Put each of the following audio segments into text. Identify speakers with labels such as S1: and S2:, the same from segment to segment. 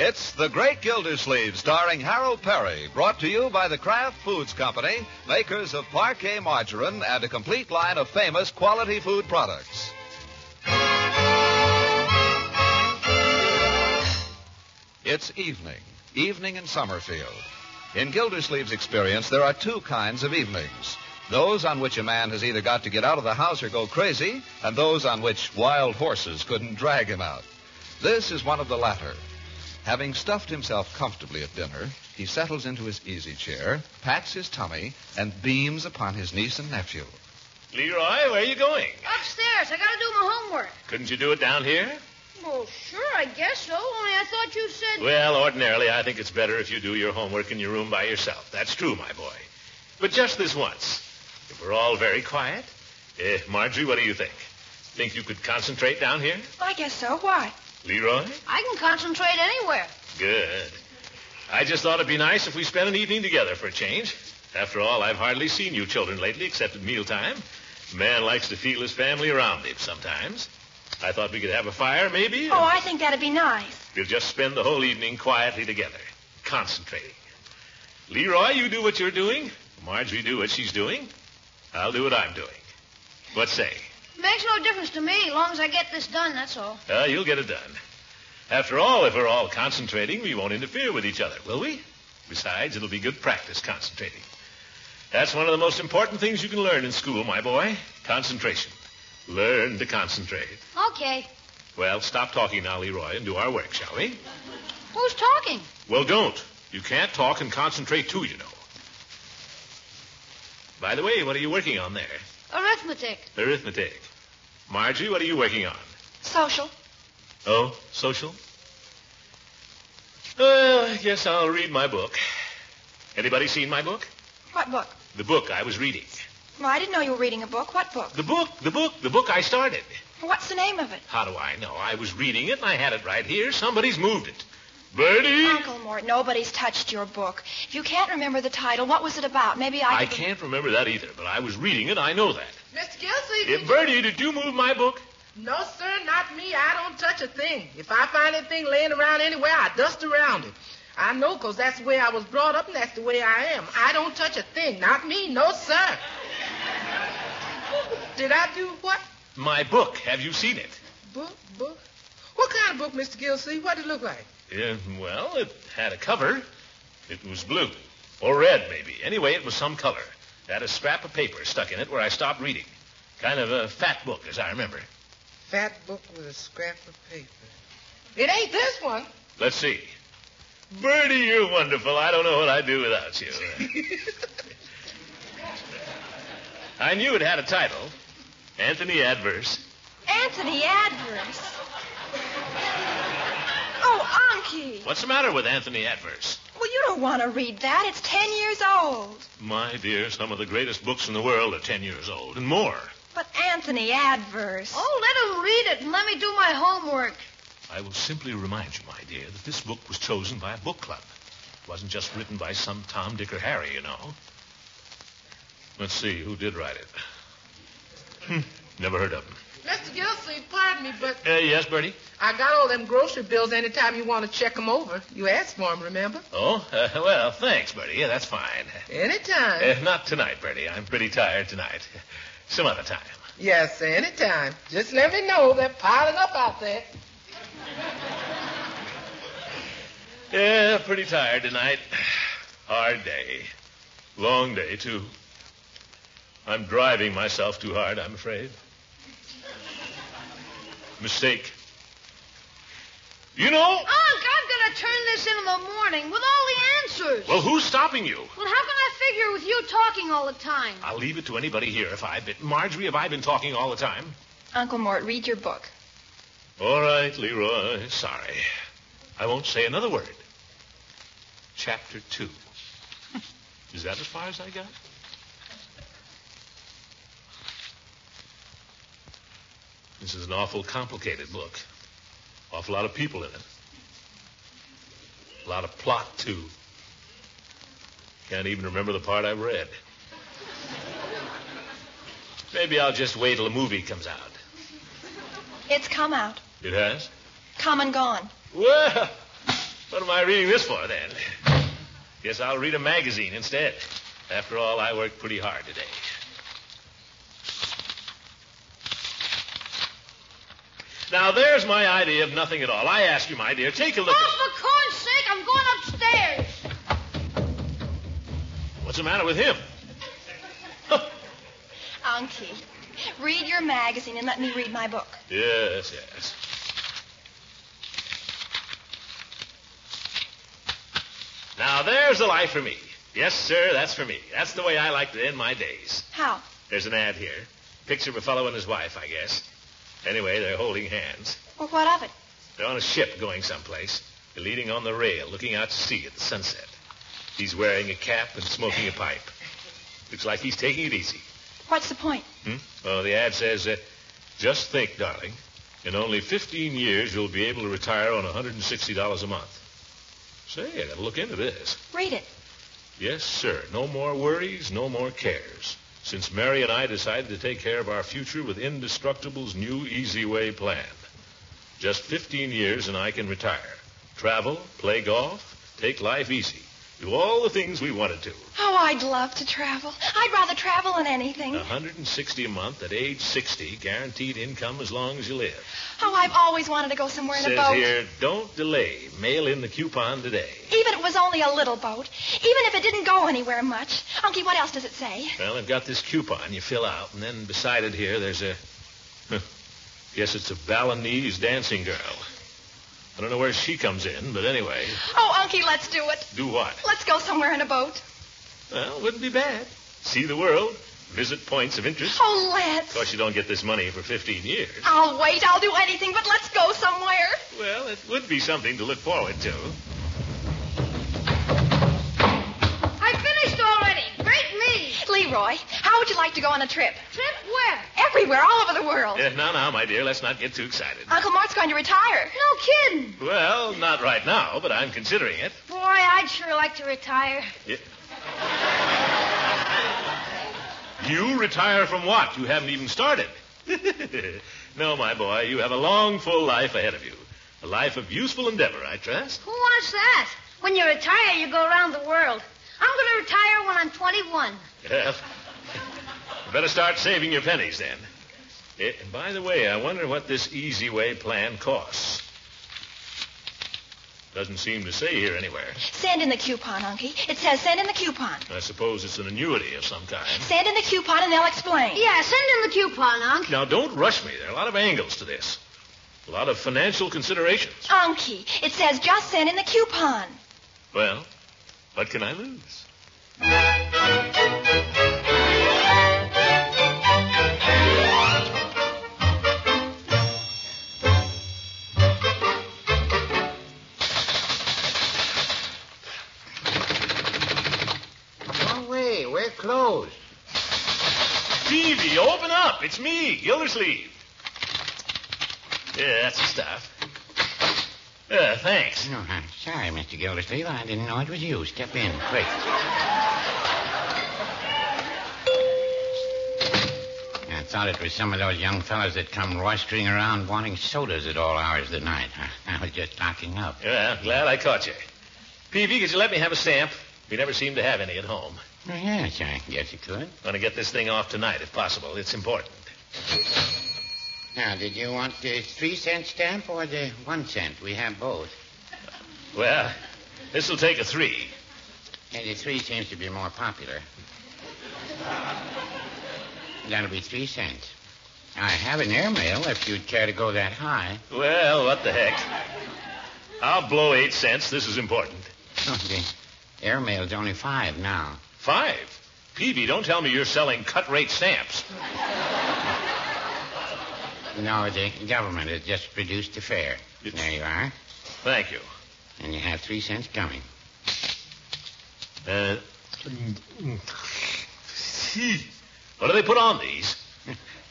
S1: It's The Great Gildersleeve, starring Harold Perry, brought to you by the Kraft Foods Company, makers of parquet margarine and a complete line of famous quality food products. It's evening, evening in Summerfield. In Gildersleeve's experience, there are two kinds of evenings those on which a man has either got to get out of the house or go crazy, and those on which wild horses couldn't drag him out. This is one of the latter. Having stuffed himself comfortably at dinner, he settles into his easy chair, pats his tummy, and beams upon his niece and nephew.
S2: Leroy, where are you going?
S3: Upstairs. I gotta do my homework.
S2: Couldn't you do it down here?
S3: Well, sure, I guess so. Only I thought you said.
S2: Well, ordinarily, I think it's better if you do your homework in your room by yourself. That's true, my boy. But just this once, if we're all very quiet, eh, Marjorie, what do you think? Think you could concentrate down here?
S4: I guess so. Why?
S2: Leroy?
S3: I can concentrate anywhere.
S2: Good. I just thought it'd be nice if we spent an evening together for a change. After all, I've hardly seen you children lately except at mealtime. A man likes to feel his family around him sometimes. I thought we could have a fire, maybe.
S4: Oh, I think that'd be nice.
S2: We'll just spend the whole evening quietly together, concentrating. Leroy, you do what you're doing. Marjorie, do what she's doing. I'll do what I'm doing. What say?
S3: Makes no difference to me, long as I get this done, that's all.
S2: Uh, you'll get it done. After all, if we're all concentrating, we won't interfere with each other, will we? Besides, it'll be good practice concentrating. That's one of the most important things you can learn in school, my boy. Concentration. Learn to concentrate.
S3: Okay.
S2: Well, stop talking now, Leroy, and do our work, shall we?
S3: Who's talking?
S2: Well, don't. You can't talk and concentrate too, you know. By the way, what are you working on there?
S3: Arithmetic.
S2: Arithmetic. Margie, what are you working on?
S4: Social.
S2: Oh, social? Well, I guess I'll read my book. Anybody seen my book?
S4: What book?
S2: The book I was reading.
S4: Well, I didn't know you were reading a book. What book?
S2: The book, the book, the book I started.
S4: What's the name of it?
S2: How do I know? I was reading it and I had it right here. Somebody's moved it. Bertie?
S4: Uncle Mort, nobody's touched your book. If you can't remember the title, what was it about? Maybe I.
S2: I
S4: could-
S2: can't remember that either, but I was reading it. I know that.
S5: Mr. Gilsey,
S2: Eh, Bertie, did you move my book?
S5: no, sir, not me. I don't touch a thing. If I find anything laying around anywhere, I dust around it. I know, 'cause that's the way I was brought up and that's the way I am. I don't touch a thing. Not me. No, sir. Did I do what?
S2: My book. Have you seen it?
S5: Book? Book? What kind of book, Mr. Gilsey? What did it look like?
S2: Yeah, well, it had a cover. It was blue. Or red, maybe. Anyway, it was some color. It had a scrap of paper stuck in it where I stopped reading. Kind of a fat book, as I remember.
S5: Fat book with a scrap of paper. It ain't this one.
S2: Let's see. Bertie, you're wonderful. I don't know what I'd do without you. I knew it had a title Anthony Adverse.
S4: Anthony Adverse. Oh, Unky.
S2: What's the matter with Anthony Adverse?
S4: Well, you don't want to read that. It's ten years old.
S2: My dear, some of the greatest books in the world are ten years old and more.
S4: But Anthony Adverse.
S3: Oh, let him read it and let me do my homework.
S2: I will simply remind you, my dear, that this book was chosen by a book club. It wasn't just written by some Tom, Dick, or Harry, you know. Let's see, who did write it? Hmm, never heard of him.
S5: Mr. Gilsey, pardon me, but
S2: Uh, yes, Bertie?
S5: I got all them grocery bills anytime you want to check 'em over. You asked for 'em, remember?
S2: Oh, uh, well, thanks, Bertie. Yeah, that's fine.
S5: Anytime.
S2: Uh, not tonight, Bertie. I'm pretty tired tonight. Some other time.
S5: Yes, anytime. Just let me know. They're piling up out there.
S2: Yeah, pretty tired tonight. Hard day. Long day, too. I'm driving myself too hard, I'm afraid. Mistake. You know.
S3: Unc, I've got to turn this in in the morning with all the answers.
S2: Well, who's stopping you?
S3: Well, how can I figure with you talking all the time?
S2: I'll leave it to anybody here if I've been. Marjorie, have I been talking all the time?
S4: Uncle Mort, read your book.
S2: All right, Leroy. Sorry. I won't say another word. Chapter 2. Is that as far as I got? This is an awful complicated book. Awful lot of people in it. A lot of plot, too. Can't even remember the part I've read. Maybe I'll just wait till the movie comes out.
S4: It's come out.
S2: It has?
S4: Come and gone.
S2: Well, what am I reading this for then? Guess I'll read a magazine instead. After all, I worked pretty hard today. Now, there's my idea of nothing at all. I ask you, my dear, take a look
S3: Oh,
S2: at.
S3: for corn's sake, I'm going upstairs.
S2: What's the matter with him?
S4: Anki, read your magazine and let me read my book.
S2: Yes, yes. Now, there's the life for me. Yes, sir, that's for me. That's the way I like to end my days.
S4: How?
S2: There's an ad here. Picture of a fellow and his wife, I guess. Anyway, they're holding hands.
S4: Well, what of it?
S2: They're on a ship going someplace. They're leaning on the rail, looking out to sea at the sunset. He's wearing a cap and smoking a pipe. Looks like he's taking it easy.
S4: What's the point?
S2: Hmm? Well, the ad says, uh, just think, darling, in only 15 years you'll be able to retire on $160 a month. Say, I gotta look into this.
S4: Read it.
S2: Yes, sir. No more worries, no more cares. Since Mary and I decided to take care of our future with Indestructible's new Easy Way plan. Just 15 years and I can retire. Travel, play golf, take life easy. Do all the things we wanted to.
S4: Oh, I'd love to travel. I'd rather travel than anything.
S2: 160 a month at age 60, guaranteed income as long as you live.
S4: Oh, I've always wanted to go somewhere in a
S2: Says
S4: boat.
S2: here, don't delay. Mail in the coupon today.
S4: Even if it was only a little boat. Even if it didn't go anywhere much. Unky, what else does it say?
S2: Well, I've got this coupon you fill out, and then beside it here, there's a. Huh, guess it's a Balinese dancing girl. I don't know where she comes in, but anyway,
S4: Oh, Unky, let's do it.
S2: do what?
S4: Let's go somewhere in a boat.
S2: Well, wouldn't be bad. See the world, visit points of interest.
S4: Oh,
S2: Of
S4: let's.
S2: course, you don't get this money for 15 years.
S4: I'll wait. I'll do anything, but let's go somewhere.
S2: Well, it would be something to look forward to.
S3: I finished already. Great me.
S4: Leroy, how would you like to go on a trip?
S3: Trip where?
S4: Everywhere, all over the world.
S2: Yeah, now, now, Eh, my dear, let's not get too excited.
S4: Uncle Mort's going to retire.
S3: No kidding.
S2: Well, not right now, but I'm considering it.
S3: Boy, I'd sure like to retire.
S2: Yeah. You retire from what? You haven't even started. no, my boy, you have a long, full life ahead of you. A life of useful endeavor, I trust.
S3: Who wants that? When you retire, you go around the world. I'm going to retire when I'm 21.
S2: Well, you better start saving your pennies then. Eh, and by the way, I wonder what this easy way plan costs. Doesn't seem to say here anywhere.
S4: Send in the coupon, Unky. It says send in the coupon.
S2: I suppose it's an annuity of some kind.
S4: Send in the coupon and they'll explain.
S3: Yeah, send in the coupon, Unc.
S2: Now, don't rush me. There are a lot of angles to this, a lot of financial considerations.
S4: Unky, it says just send in the coupon.
S2: Well, what can I lose?
S6: Wrong way. We're closed.
S2: Stevie, open up. It's me, Gildersleeve. Yeah, that's the stuff. Uh, thanks.
S6: No, Oh, I'm sorry, Mr. Gildersleeve. I didn't know it was you. Step in, quick. I thought it was some of those young fellows that come roistering around wanting sodas at all hours of the night. I, I was just locking up.
S2: Yeah, I'm glad I caught you. Peavy, could you let me have a stamp? We never seem to have any at home.
S6: Well, Oh, yes, I guess you could.
S2: Want to get this thing off tonight, if possible. It's important.
S6: Now, did you want the three cent stamp or the one cent? We have both.
S2: Well, this'll take a three.
S6: And the three seems to be more popular. That'll be three cents. I have an airmail if you'd care to go that high.
S2: Well, what the heck. I'll blow eight cents. This is important.
S6: Oh, the airmail's only five now.
S2: Five? Peavy, don't tell me you're selling cut rate stamps.
S6: No, the government has just reduced the fare. There you are.
S2: Thank you.
S6: And you have three cents coming.
S2: Uh, what do they put on these?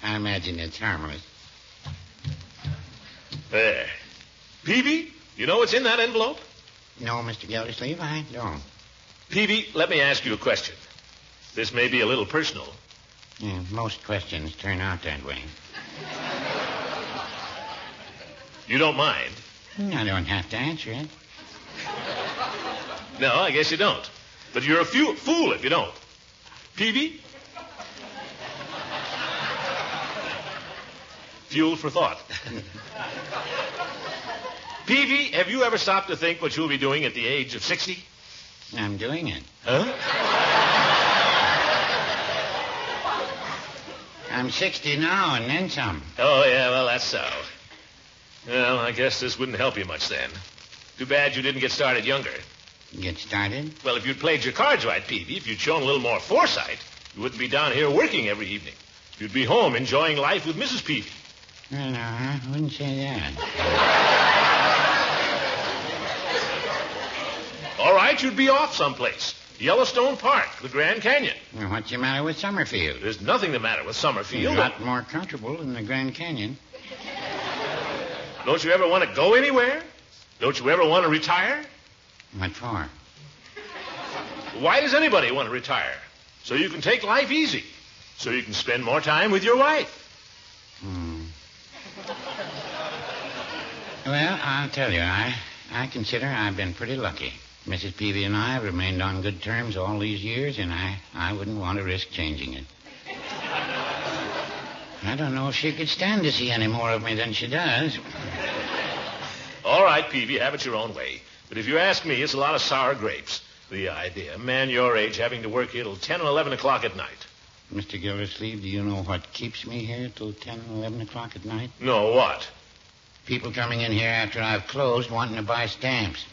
S6: I imagine it's harmless.
S2: There. Peavy, you know what's in that envelope?
S6: No, Mr. Gildersleeve, I don't.
S2: Peavy, let me ask you a question. This may be a little personal.
S6: Yeah, most questions turn out that way.
S2: You don't mind?
S6: I don't have to answer it.
S2: No, I guess you don't. But you're a fu- fool if you don't. Peavy? Fuel for thought. Peavy, have you ever stopped to think what you'll be doing at the age of 60?
S6: I'm doing it.
S2: Huh?
S6: I'm 60 now and then some.
S2: Oh, yeah, well, that's so. Well, I guess this wouldn't help you much then. Too bad you didn't get started younger.
S6: Get started?
S2: Well, if you'd played your cards right, Peavy, if you'd shown a little more foresight, you wouldn't be down here working every evening. You'd be home enjoying life with Mrs. Peavy.
S6: Well, no, I wouldn't say that.
S2: All right, you'd be off someplace. Yellowstone Park, the Grand Canyon.
S6: Well, what's the matter with Summerfield?
S2: There's nothing the matter with
S6: It's a
S2: Summerfield.
S6: lot more comfortable than the Grand Canyon.
S2: Don't you ever want to go anywhere? Don't you ever want to retire?
S6: What for?
S2: Why does anybody want to retire? So you can take life easy. So you can spend more time with your wife.
S6: Hmm. Well, I'll tell you, I, I consider I've been pretty lucky. Mrs. Peavy and I have remained on good terms all these years, and I, I wouldn't want to risk changing it. I don't know if she could stand to see any more of me than she does.
S2: All right, Peavy, have it your own way. But if you ask me, it's a lot of sour grapes. The idea, a man your age having to work here till 10 and 11 o'clock at night.
S6: Mr. Gildersleeve, do you know what keeps me here till 10, 11 o'clock at night?
S2: No, what?
S6: People coming in here after I've closed wanting to buy stamps.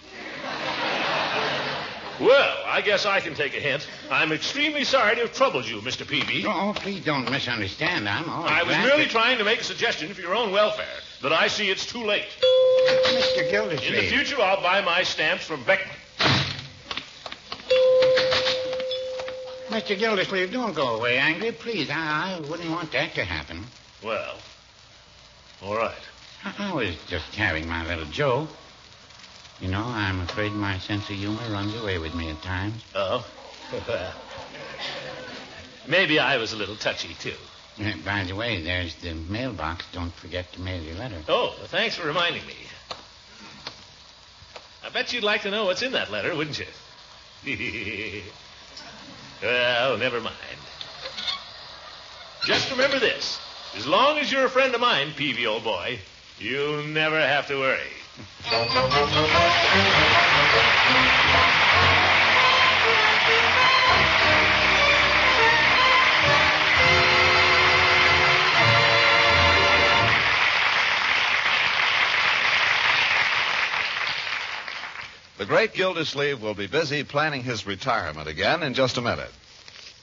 S2: Well, I guess I can take a hint. I'm extremely sorry to have troubled you, Mr. Peavy.
S6: Oh, please don't misunderstand. I'm all
S2: I was
S6: glad
S2: merely
S6: to-
S2: trying to make a suggestion for your own welfare, but I see it's too late.
S6: Mr.
S2: In the
S6: Gildersleeve.
S2: future, I'll buy my stamps from Beckman.
S6: Mr. Gildersleeve, don't go away angry, please. I, I wouldn't want that to happen.
S2: Well, all right.
S6: I, I was just having my little joke. You know, I'm afraid my sense of humor runs away with me at times.
S2: Oh? Maybe I was a little touchy, too.
S6: Uh, By the way, there's the mailbox. Don't forget to mail your letter.
S2: Oh, well, thanks for reminding me. I bet you'd like to know what's in that letter, wouldn't you? well, never mind. Just remember this. As long as you're a friend of mine, Peavy, old boy, you'll never have to worry.
S1: The great Gildersleeve will be busy planning his retirement again in just a minute.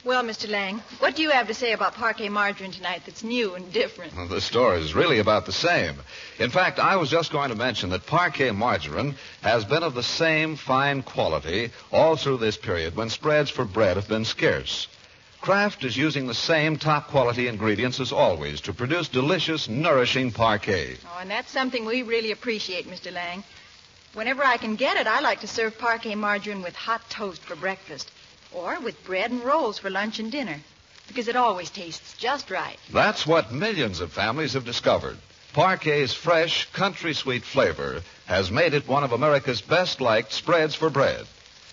S7: Well, Mr. Lang, what do you have to say about parquet margarine tonight that's new and different?
S1: Well, The story is really about the same. In fact, I was just going to mention that parquet margarine has been of the same fine quality all through this period when spreads for bread have been scarce. Kraft is using the same top quality ingredients as always to produce delicious, nourishing parquet.
S7: Oh, and that's something we really appreciate, Mr. Lang. Whenever I can get it, I like to serve parquet margarine with hot toast for breakfast or with bread and rolls for lunch and dinner because it always tastes just right.
S1: That's what millions of families have discovered. Parquet's fresh, country sweet flavor has made it one of America's best liked spreads for bread.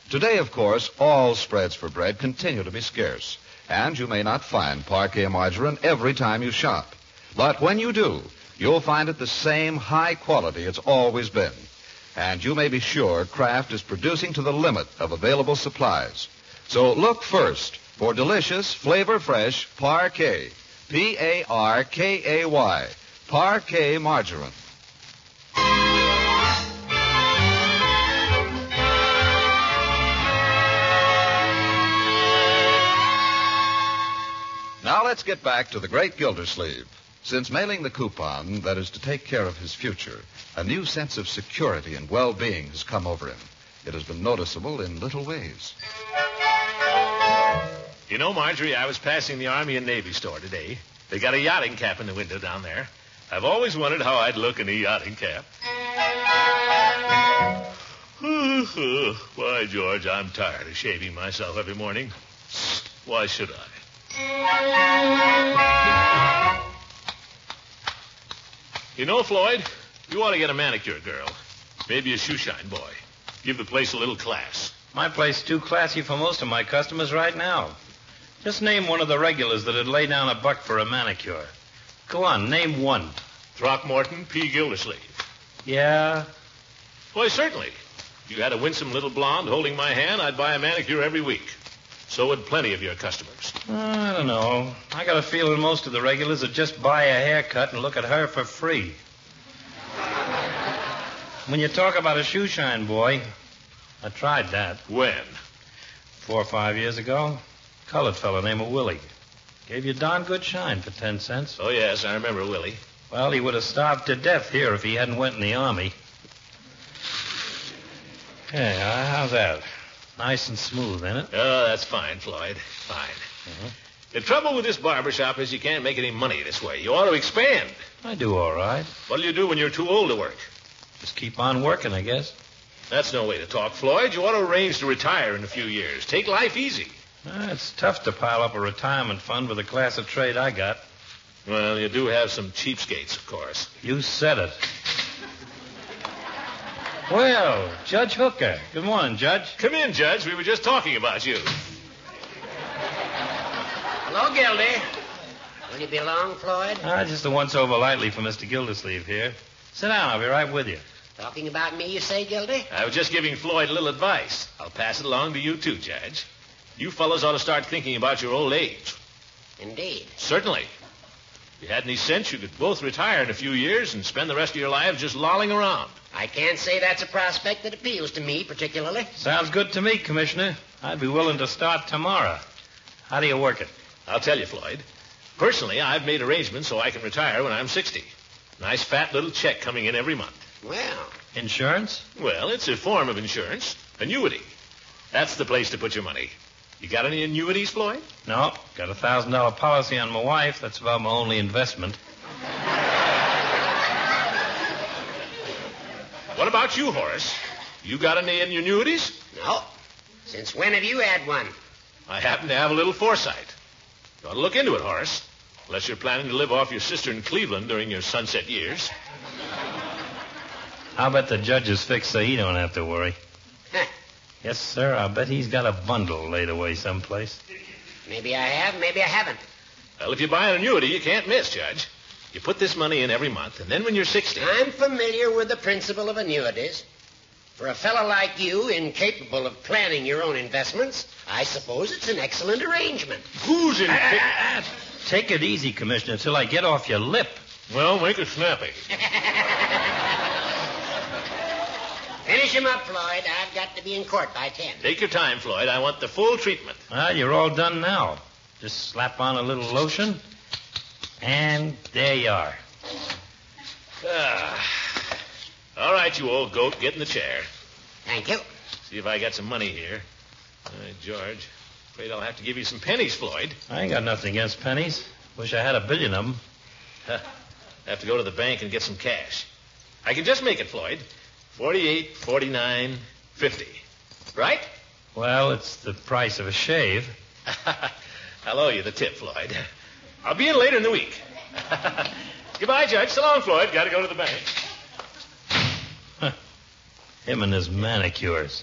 S1: Today, of course, all spreads for bread continue to be scarce, and you may not find parquet margarine every time you shop. But when you do, you'll find it the same high quality it's always been. And you may be sure Kraft is producing to the limit of available supplies. So look first for delicious, flavor fresh parquet. P A R K A Y. Parquet margarine. Now let's get back to the great Gildersleeve. Since mailing the coupon that is to take care of his future, a new sense of security and well being has come over him. It has been noticeable in little ways.
S2: You know, Marjorie, I was passing the Army and Navy store today. They got a yachting cap in the window down there. I've always wondered how I'd look in a yachting cap. Why, George, I'm tired of shaving myself every morning. Why should I? You know, Floyd, you ought to get a manicure girl. Maybe a shoeshine boy. Give the place a little class.
S8: My place too classy for most of my customers right now. Just name one of the regulars that'd lay down a buck for a manicure. Go on, name one.
S2: Throckmorton P. Gildersleeve.
S8: Yeah.
S2: Why, certainly. If you had a winsome little blonde holding my hand, I'd buy a manicure every week. So would plenty of your customers.
S8: Uh, I don't know. I got a feeling most of the regulars would just buy a haircut and look at her for free. when you talk about a shoeshine boy, I tried that
S2: When?
S8: four or five years ago. Colored fellow named Willie. Gave you darn good shine for ten cents.
S2: Oh, yes, I remember Willie.
S8: Well, he would have starved to death here if he hadn't went in the army. Hey, uh, how's that? Nice and smooth, ain't it?
S2: Oh, that's fine, Floyd. Fine. The trouble with this barber shop is you can't make any money this way. You ought to expand.
S8: I do all right.
S2: What'll you do when you're too old to work?
S8: Just keep on working, I guess.
S2: That's no way to talk, Floyd. You ought to arrange to retire in a few years. Take life easy.
S8: Uh, it's tough to pile up a retirement fund with the class of trade I got.
S2: Well, you do have some cheapskates, of course.
S8: You said it. Well, Judge Hooker. Good morning, Judge.
S2: Come in, Judge. We were just talking about you.
S9: Hello, Gildy. Will you be long, Floyd?
S8: Ah, just a once over lightly for Mr. Gildersleeve here. Sit down, I'll be right with you.
S9: Talking about me, you say, Gildy?
S2: I was just giving Floyd a little advice. I'll pass it along to you, too, Judge. You fellows ought to start thinking about your old age.
S9: Indeed.
S2: Certainly. If you had any sense, you could both retire in a few years and spend the rest of your lives just lolling around.
S9: I can't say that's a prospect that appeals to me particularly.
S8: Sounds good to me, Commissioner. I'd be willing to start tomorrow. How do you work it?
S2: I'll tell you, Floyd. Personally, I've made arrangements so I can retire when I'm 60. Nice fat little check coming in every month.
S9: Well,
S8: Insurance?
S2: Well, it's a form of insurance, annuity. That's the place to put your money. You got any annuities, Floyd?
S8: No. Got a thousand dollar policy on my wife. That's about my only investment.
S2: What about you, Horace? You got any annuities?
S9: no. Since when have you had one?
S2: I happen to have a little foresight. You ought to look into it, Horace. Unless you're planning to live off your sister in Cleveland during your sunset years.
S8: I'll bet the judge is fixed so he don't have to worry.
S9: Huh.
S8: Yes, sir. I'll bet he's got a bundle laid away someplace.
S9: Maybe I have, maybe I haven't.
S2: Well, if you buy an annuity, you can't miss, Judge. You put this money in every month, and then when you're 60.
S9: I'm familiar with the principle of annuities. For a fellow like you, incapable of planning your own investments, I suppose it's an excellent arrangement.
S2: Who's in.
S8: Take it easy, Commissioner, till I get off your lip.
S2: Well, make it snappy.
S9: Finish him up, Floyd. I've got to be in court by ten.
S2: Take your time, Floyd. I want the full treatment.
S8: Well, Ah, you're all done now. Just slap on a little lotion, and there you are.
S2: Ah. All right, you old goat, get in the chair.
S9: Thank you.
S2: See if I got some money here. All right, George. Afraid I'll have to give you some pennies, Floyd.
S8: I ain't got nothing against pennies. Wish I had a billion of 'em.
S2: I have to go to the bank and get some cash. I can just make it, Floyd. Forty-eight, forty-nine, fifty. Right?
S8: Well, it's the price of a shave.
S2: I'll owe you the tip, Floyd. I'll be in later in the week. Goodbye, Judge. So long, Floyd. Got to go to the bank.
S8: Him and his manicures.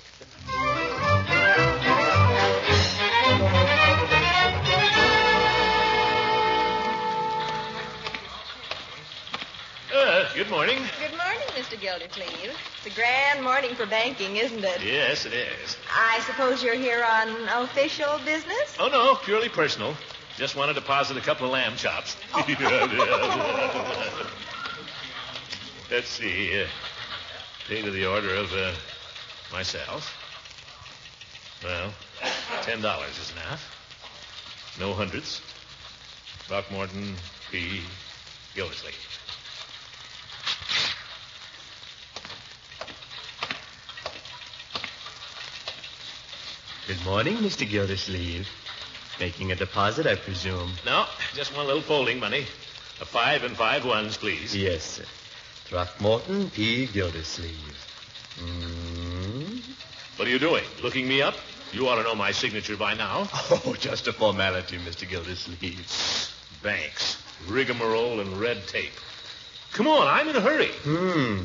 S2: Uh, good morning.
S7: Good morning, Mr. Gildersleeve. It's a grand morning for banking, isn't it?
S2: Yes, it is.
S7: I suppose you're here on official business?
S2: Oh, no, purely personal. Just want to deposit a couple of lamb chops. Let's see. Uh, pay to the order of uh, myself. Well, ten dollars is enough. No hundreds. Throckmorton P. Gildersleeve.
S10: Good morning, Mr. Gildersleeve. Making a deposit, I presume.
S2: No, just one little folding money. A five and five ones, please.
S10: Yes, sir. Throckmorton P. Gildersleeve. Mm.
S2: What are you doing? Looking me up? You ought to know my signature by now.
S10: Oh, just a formality, Mr. Gildersleeve.
S2: Banks, rigmarole, and red tape. Come on, I'm in a hurry.
S10: Hmm.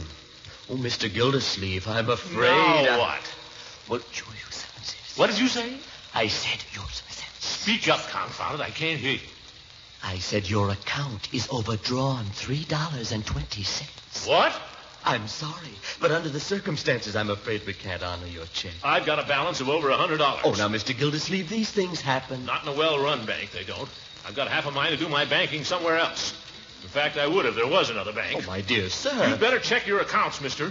S10: Oh, Mr. Gildersleeve, I'm afraid.
S2: Now
S10: I-
S2: what?
S10: Well, use your senses.
S2: What did you say?
S10: I said use your senses.
S2: Speak up, confound it. I can't hear you.
S10: I said your account is overdrawn three dollars and twenty cents.
S2: What?
S10: I'm sorry, but under the circumstances, I'm afraid we can't honor your check.
S2: I've got a balance of over a hundred dollars.
S10: Oh, now, Mr. Gildersleeve, these things happen.
S2: Not in a well-run bank, they don't. I've got half a mind to do my banking somewhere else. In fact, I would if there was another bank.
S10: Oh, my dear
S2: you
S10: sir.
S2: better check your accounts, mister.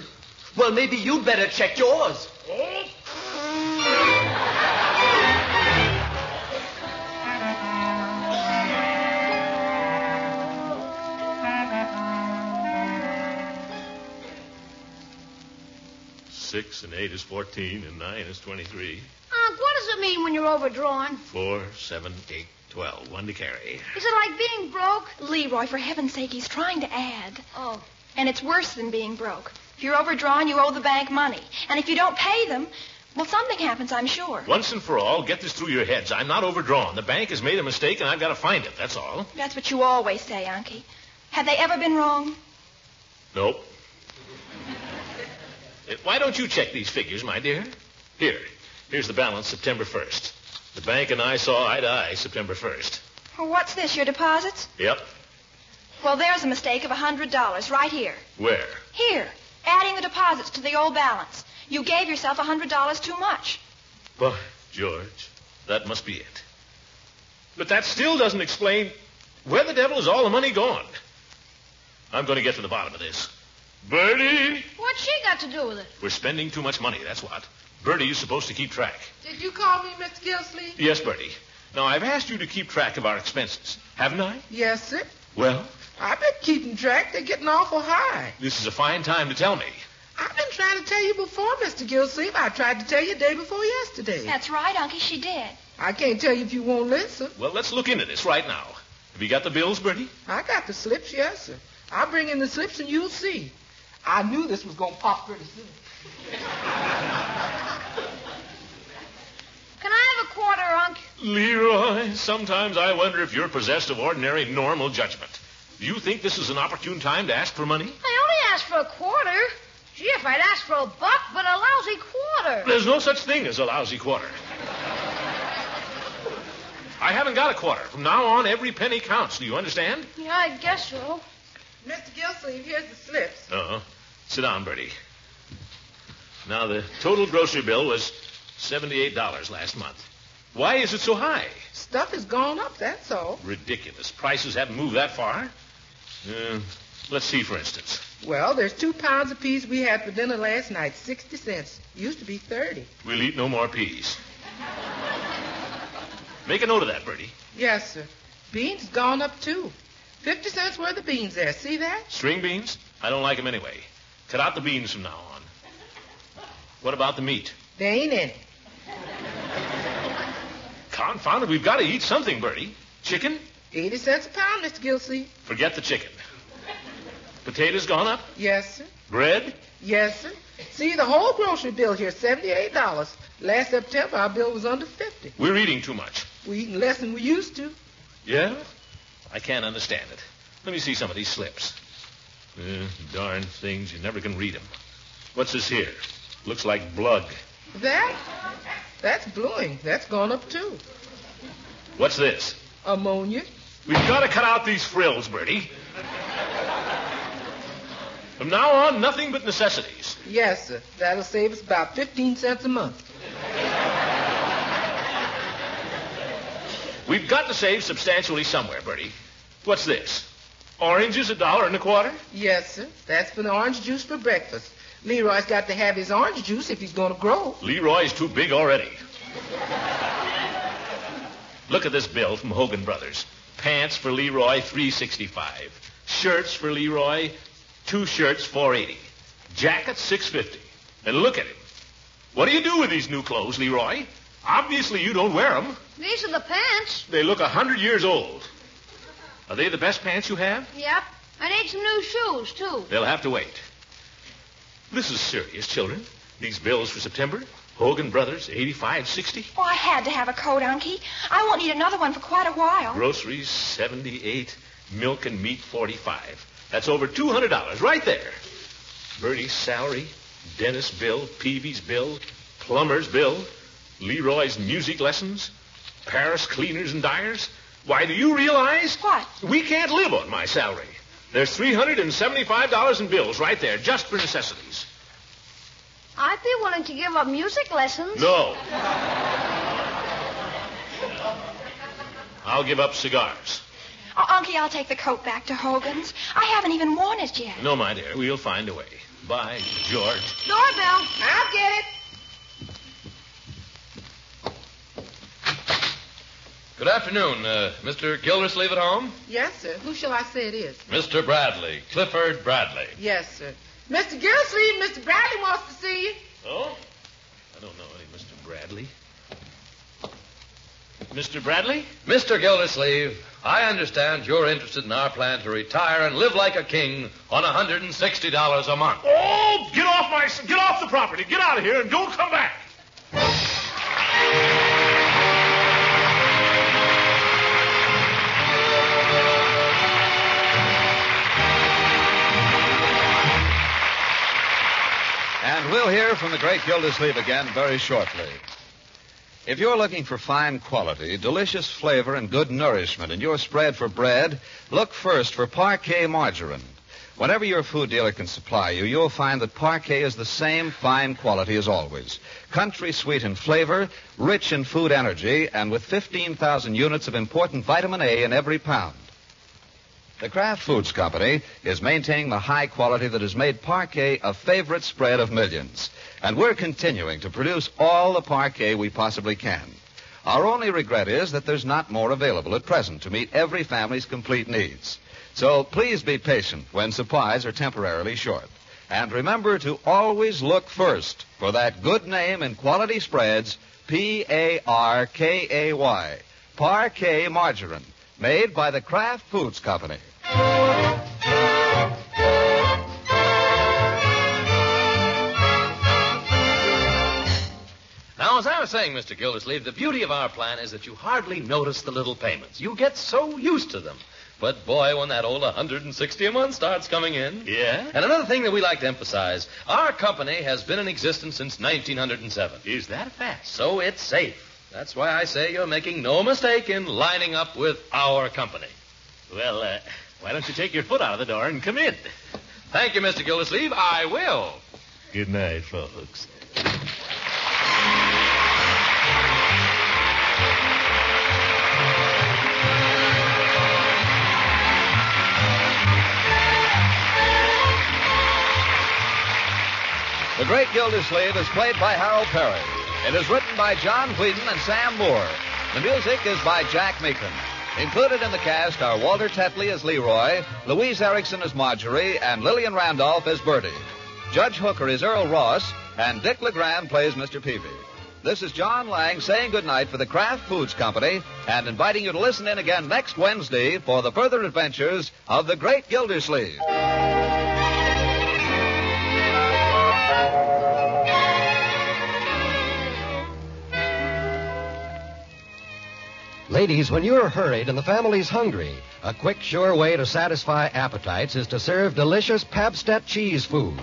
S10: Well, maybe you'd better check yours.
S2: Oh. Six and eight is fourteen, and nine is twenty-three.
S3: Unc, what does it mean when you're overdrawn?
S2: Four, seven, eight, twelve. One to carry.
S3: Is it like being broke?
S4: Leroy, for heaven's sake, he's trying to add.
S3: Oh.
S4: And it's worse than being broke. If you're overdrawn, you owe the bank money. And if you don't pay them, well, something happens, I'm sure.
S2: Once and for all, get this through your heads. I'm not overdrawn. The bank has made a mistake, and I've got to find it. That's all.
S4: That's what you always say, Anki. Have they ever been wrong?
S2: Nope. Uh, Why don't you check these figures, my dear? Here. Here's the balance September 1st. The bank and I saw eye to eye September 1st.
S4: Well, what's this, your deposits?
S2: Yep.
S4: Well, there's a mistake of a $100 right here.
S2: Where?
S4: Here, adding the deposits to the old balance. You gave yourself a $100 too much.
S2: By George, that must be it. But that still doesn't explain where the devil is all the money gone. I'm going to get to the bottom of this. Bertie!
S3: What's she got to do with it?
S2: We're spending too much money, that's what. Bertie is supposed to keep track.
S5: Did you call me Mr. Gildersleeve?
S2: Yes, Bertie. Now, I've asked you to keep track of our expenses, haven't I?
S5: Yes, sir.
S2: Well,
S5: I've been keeping track. They're getting awful high.
S2: this is a fine time to tell me.
S5: I've been trying to tell you before, Mr. Gildersleeve. I tried to tell you day before yesterday.
S4: That's right, Unky, she did.
S5: I can't tell you if you won't listen.
S2: Well, let's look into this right now. Have you got the bills, Bertie?
S5: I got the slips, yes, sir. I'll bring in the slips and you'll see. I knew this was going to pop pretty soon.
S3: Can I have a quarter, Unc?
S2: Leroy, sometimes I wonder if you're possessed of ordinary, normal judgment. Do you think this is an opportune time to ask for money?
S3: I only asked for a quarter. Gee, if I'd asked for a buck, but a lousy quarter.
S2: There's no such thing as a lousy quarter. I haven't got a quarter. From now on, every penny counts. Do you understand?
S3: Yeah, I guess so.
S5: Mr. Gildersleeve, here's the slips.
S2: Uh-huh. Sit down, Bertie. Now, the total grocery bill was $78 last month. Why is it so high?
S5: Stuff has gone up, that's all.
S2: Ridiculous. Prices haven't moved that far. Uh, let's see, for instance.
S5: Well, there's two pounds apiece we had for dinner last night, 60 cents. Used to be 30.
S2: We'll eat no more peas. Make a note of that, Bertie.
S5: Yes, sir. Beans has gone up, too. 50 cents worth of beans there. See that?
S2: String beans? I don't like them anyway. Cut out the beans from now on. What about the meat?
S5: There ain't any.
S2: Confound it, we've got to eat something, Bertie. Chicken?
S5: 80 cents a pound, Mr. Gildersleeve.
S2: Forget the chicken. Potatoes gone up?
S5: Yes, sir.
S2: Bread?
S5: Yes, sir. See, the whole grocery bill here, $78. Last September, our bill was under 50
S2: We're eating too much.
S5: We're eating less than we used to.
S2: Yeah? I can't understand it. Let me see some of these slips. Eh, darn things, you never can read 'em. What's this here? Looks like blood.
S5: That? That's bluing. That's gone up, too.
S2: What's this?
S5: Ammonia?
S2: We've got to cut out these frills, Bertie. From now on, nothing but necessities.
S5: Yes, sir. That'll save us about 15 cents a month.
S2: We've got to save substantially somewhere, Bertie. What's this? Oranges, a dollar and a quarter?
S5: Yes, sir. That's for the orange juice for breakfast. Leroy's got to have his orange juice if he's going to grow.
S2: Leroy's too big already. Look at this bill from Hogan Brothers. Pants for Leroy, three sixty-five. Shirts for Leroy, two shirts, four eighty. Jacket, six fifty. And look at him. What do you do with these new clothes, Leroy? Obviously, you don't wear 'em.
S3: These are the pants.
S2: They look a hundred years old. Are they the best pants you have?
S3: Yep. I need some new shoes, too.
S2: They'll have to wait. This is serious, children. These bills for September. Hogan Brothers, 85.60.
S4: Oh, I had to have a coat, Unky. I won't need another one for quite a while.
S2: Groceries, 78. Milk and meat, 45. That's over $200 right there. Bertie's salary, dentist bill, Peavy's bill, plumber's bill, Leroy's music lessons, Paris cleaners and dyers. Why, do you realize?
S4: What?
S2: We can't live on my salary. There's $375 in bills right there, just for necessities.
S3: I'd be willing to give up music lessons.
S2: No. I'll give up cigars.
S4: Oh, Unky, I'll take the coat back to Hogan's. I haven't even worn it yet.
S2: No, my dear, we'll find a way. By George.
S5: Doorbell. I'll get it.
S11: Good afternoon. Uh, Mr. Gildersleeve at home?
S5: Yes, sir. Who shall I say it is?
S11: Mr. Bradley. Clifford Bradley.
S5: Yes, sir. Mr. Gildersleeve, Mr. Bradley wants to see you.
S2: Oh? I don't know any Mr. Bradley. Mr. Bradley?
S11: Mr. Gildersleeve, I understand you're interested in our plan to retire and live like a king on $160 a month.
S2: Oh, get off my get off the property. Get out of here and don't come back.
S1: And we'll hear from the great Gildersleeve again very shortly. If you're looking for fine quality, delicious flavor, and good nourishment in your spread for bread, look first for Parquet Margarine. Whenever your food dealer can supply you, you'll find that Parquet is the same fine quality as always. Country sweet in flavor, rich in food energy, and with 15,000 units of important vitamin A in every pound. The Kraft Foods Company is maintaining the high quality that has made parquet a favorite spread of millions. And we're continuing to produce all the parquet we possibly can. Our only regret is that there's not more available at present to meet every family's complete needs. So please be patient when supplies are temporarily short. And remember to always look first for that good name in quality spreads, P-A-R-K-A-Y, Parquet Margarine, made by the Kraft Foods Company.
S11: Now, as I was saying, Mr. Gildersleeve, the beauty of our plan is that you hardly notice the little payments. You get so used to them. But boy, when that old 160 a month starts coming in.
S2: Yeah?
S11: And another thing that we like to emphasize our company has been in existence since 1907.
S2: Is that a fact?
S11: So it's safe. That's why I say you're making no mistake in lining up with our company.
S2: Well, uh, why don't you take your foot out of the door and come in?
S11: Thank you, Mr. Gildersleeve. I will.
S2: Good night, folks.
S1: The Great Gildersleeve is played by Harold Perry. It is written by John Whedon and Sam Moore. The music is by Jack Meakin. Included in the cast are Walter Tetley as Leroy, Louise Erickson as Marjorie, and Lillian Randolph as Bertie. Judge Hooker is Earl Ross, and Dick LeGrand plays Mr. Peavy. This is John Lang saying goodnight for the Kraft Foods Company and inviting you to listen in again next Wednesday for the further adventures of the Great Gildersleeve.
S12: Ladies, when you're hurried and the family's hungry, a quick, sure way to satisfy appetites is to serve delicious Pabstet cheese food.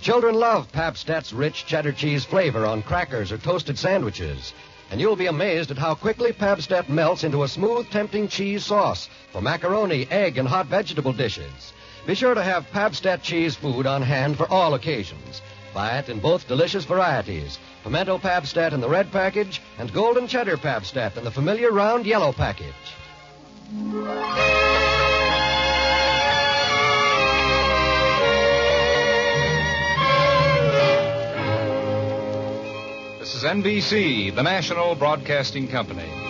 S12: Children love Pabstet's rich cheddar cheese flavor on crackers or toasted sandwiches. And you'll be amazed at how quickly Pabstet melts into a smooth, tempting cheese sauce for macaroni, egg, and hot vegetable dishes. Be sure to have Pabstet cheese food on hand for all occasions. Buy it in both delicious varieties pimento Pabstet in the red package, and golden cheddar Pabstet in the familiar round yellow package.
S13: This is NBC, the national broadcasting company.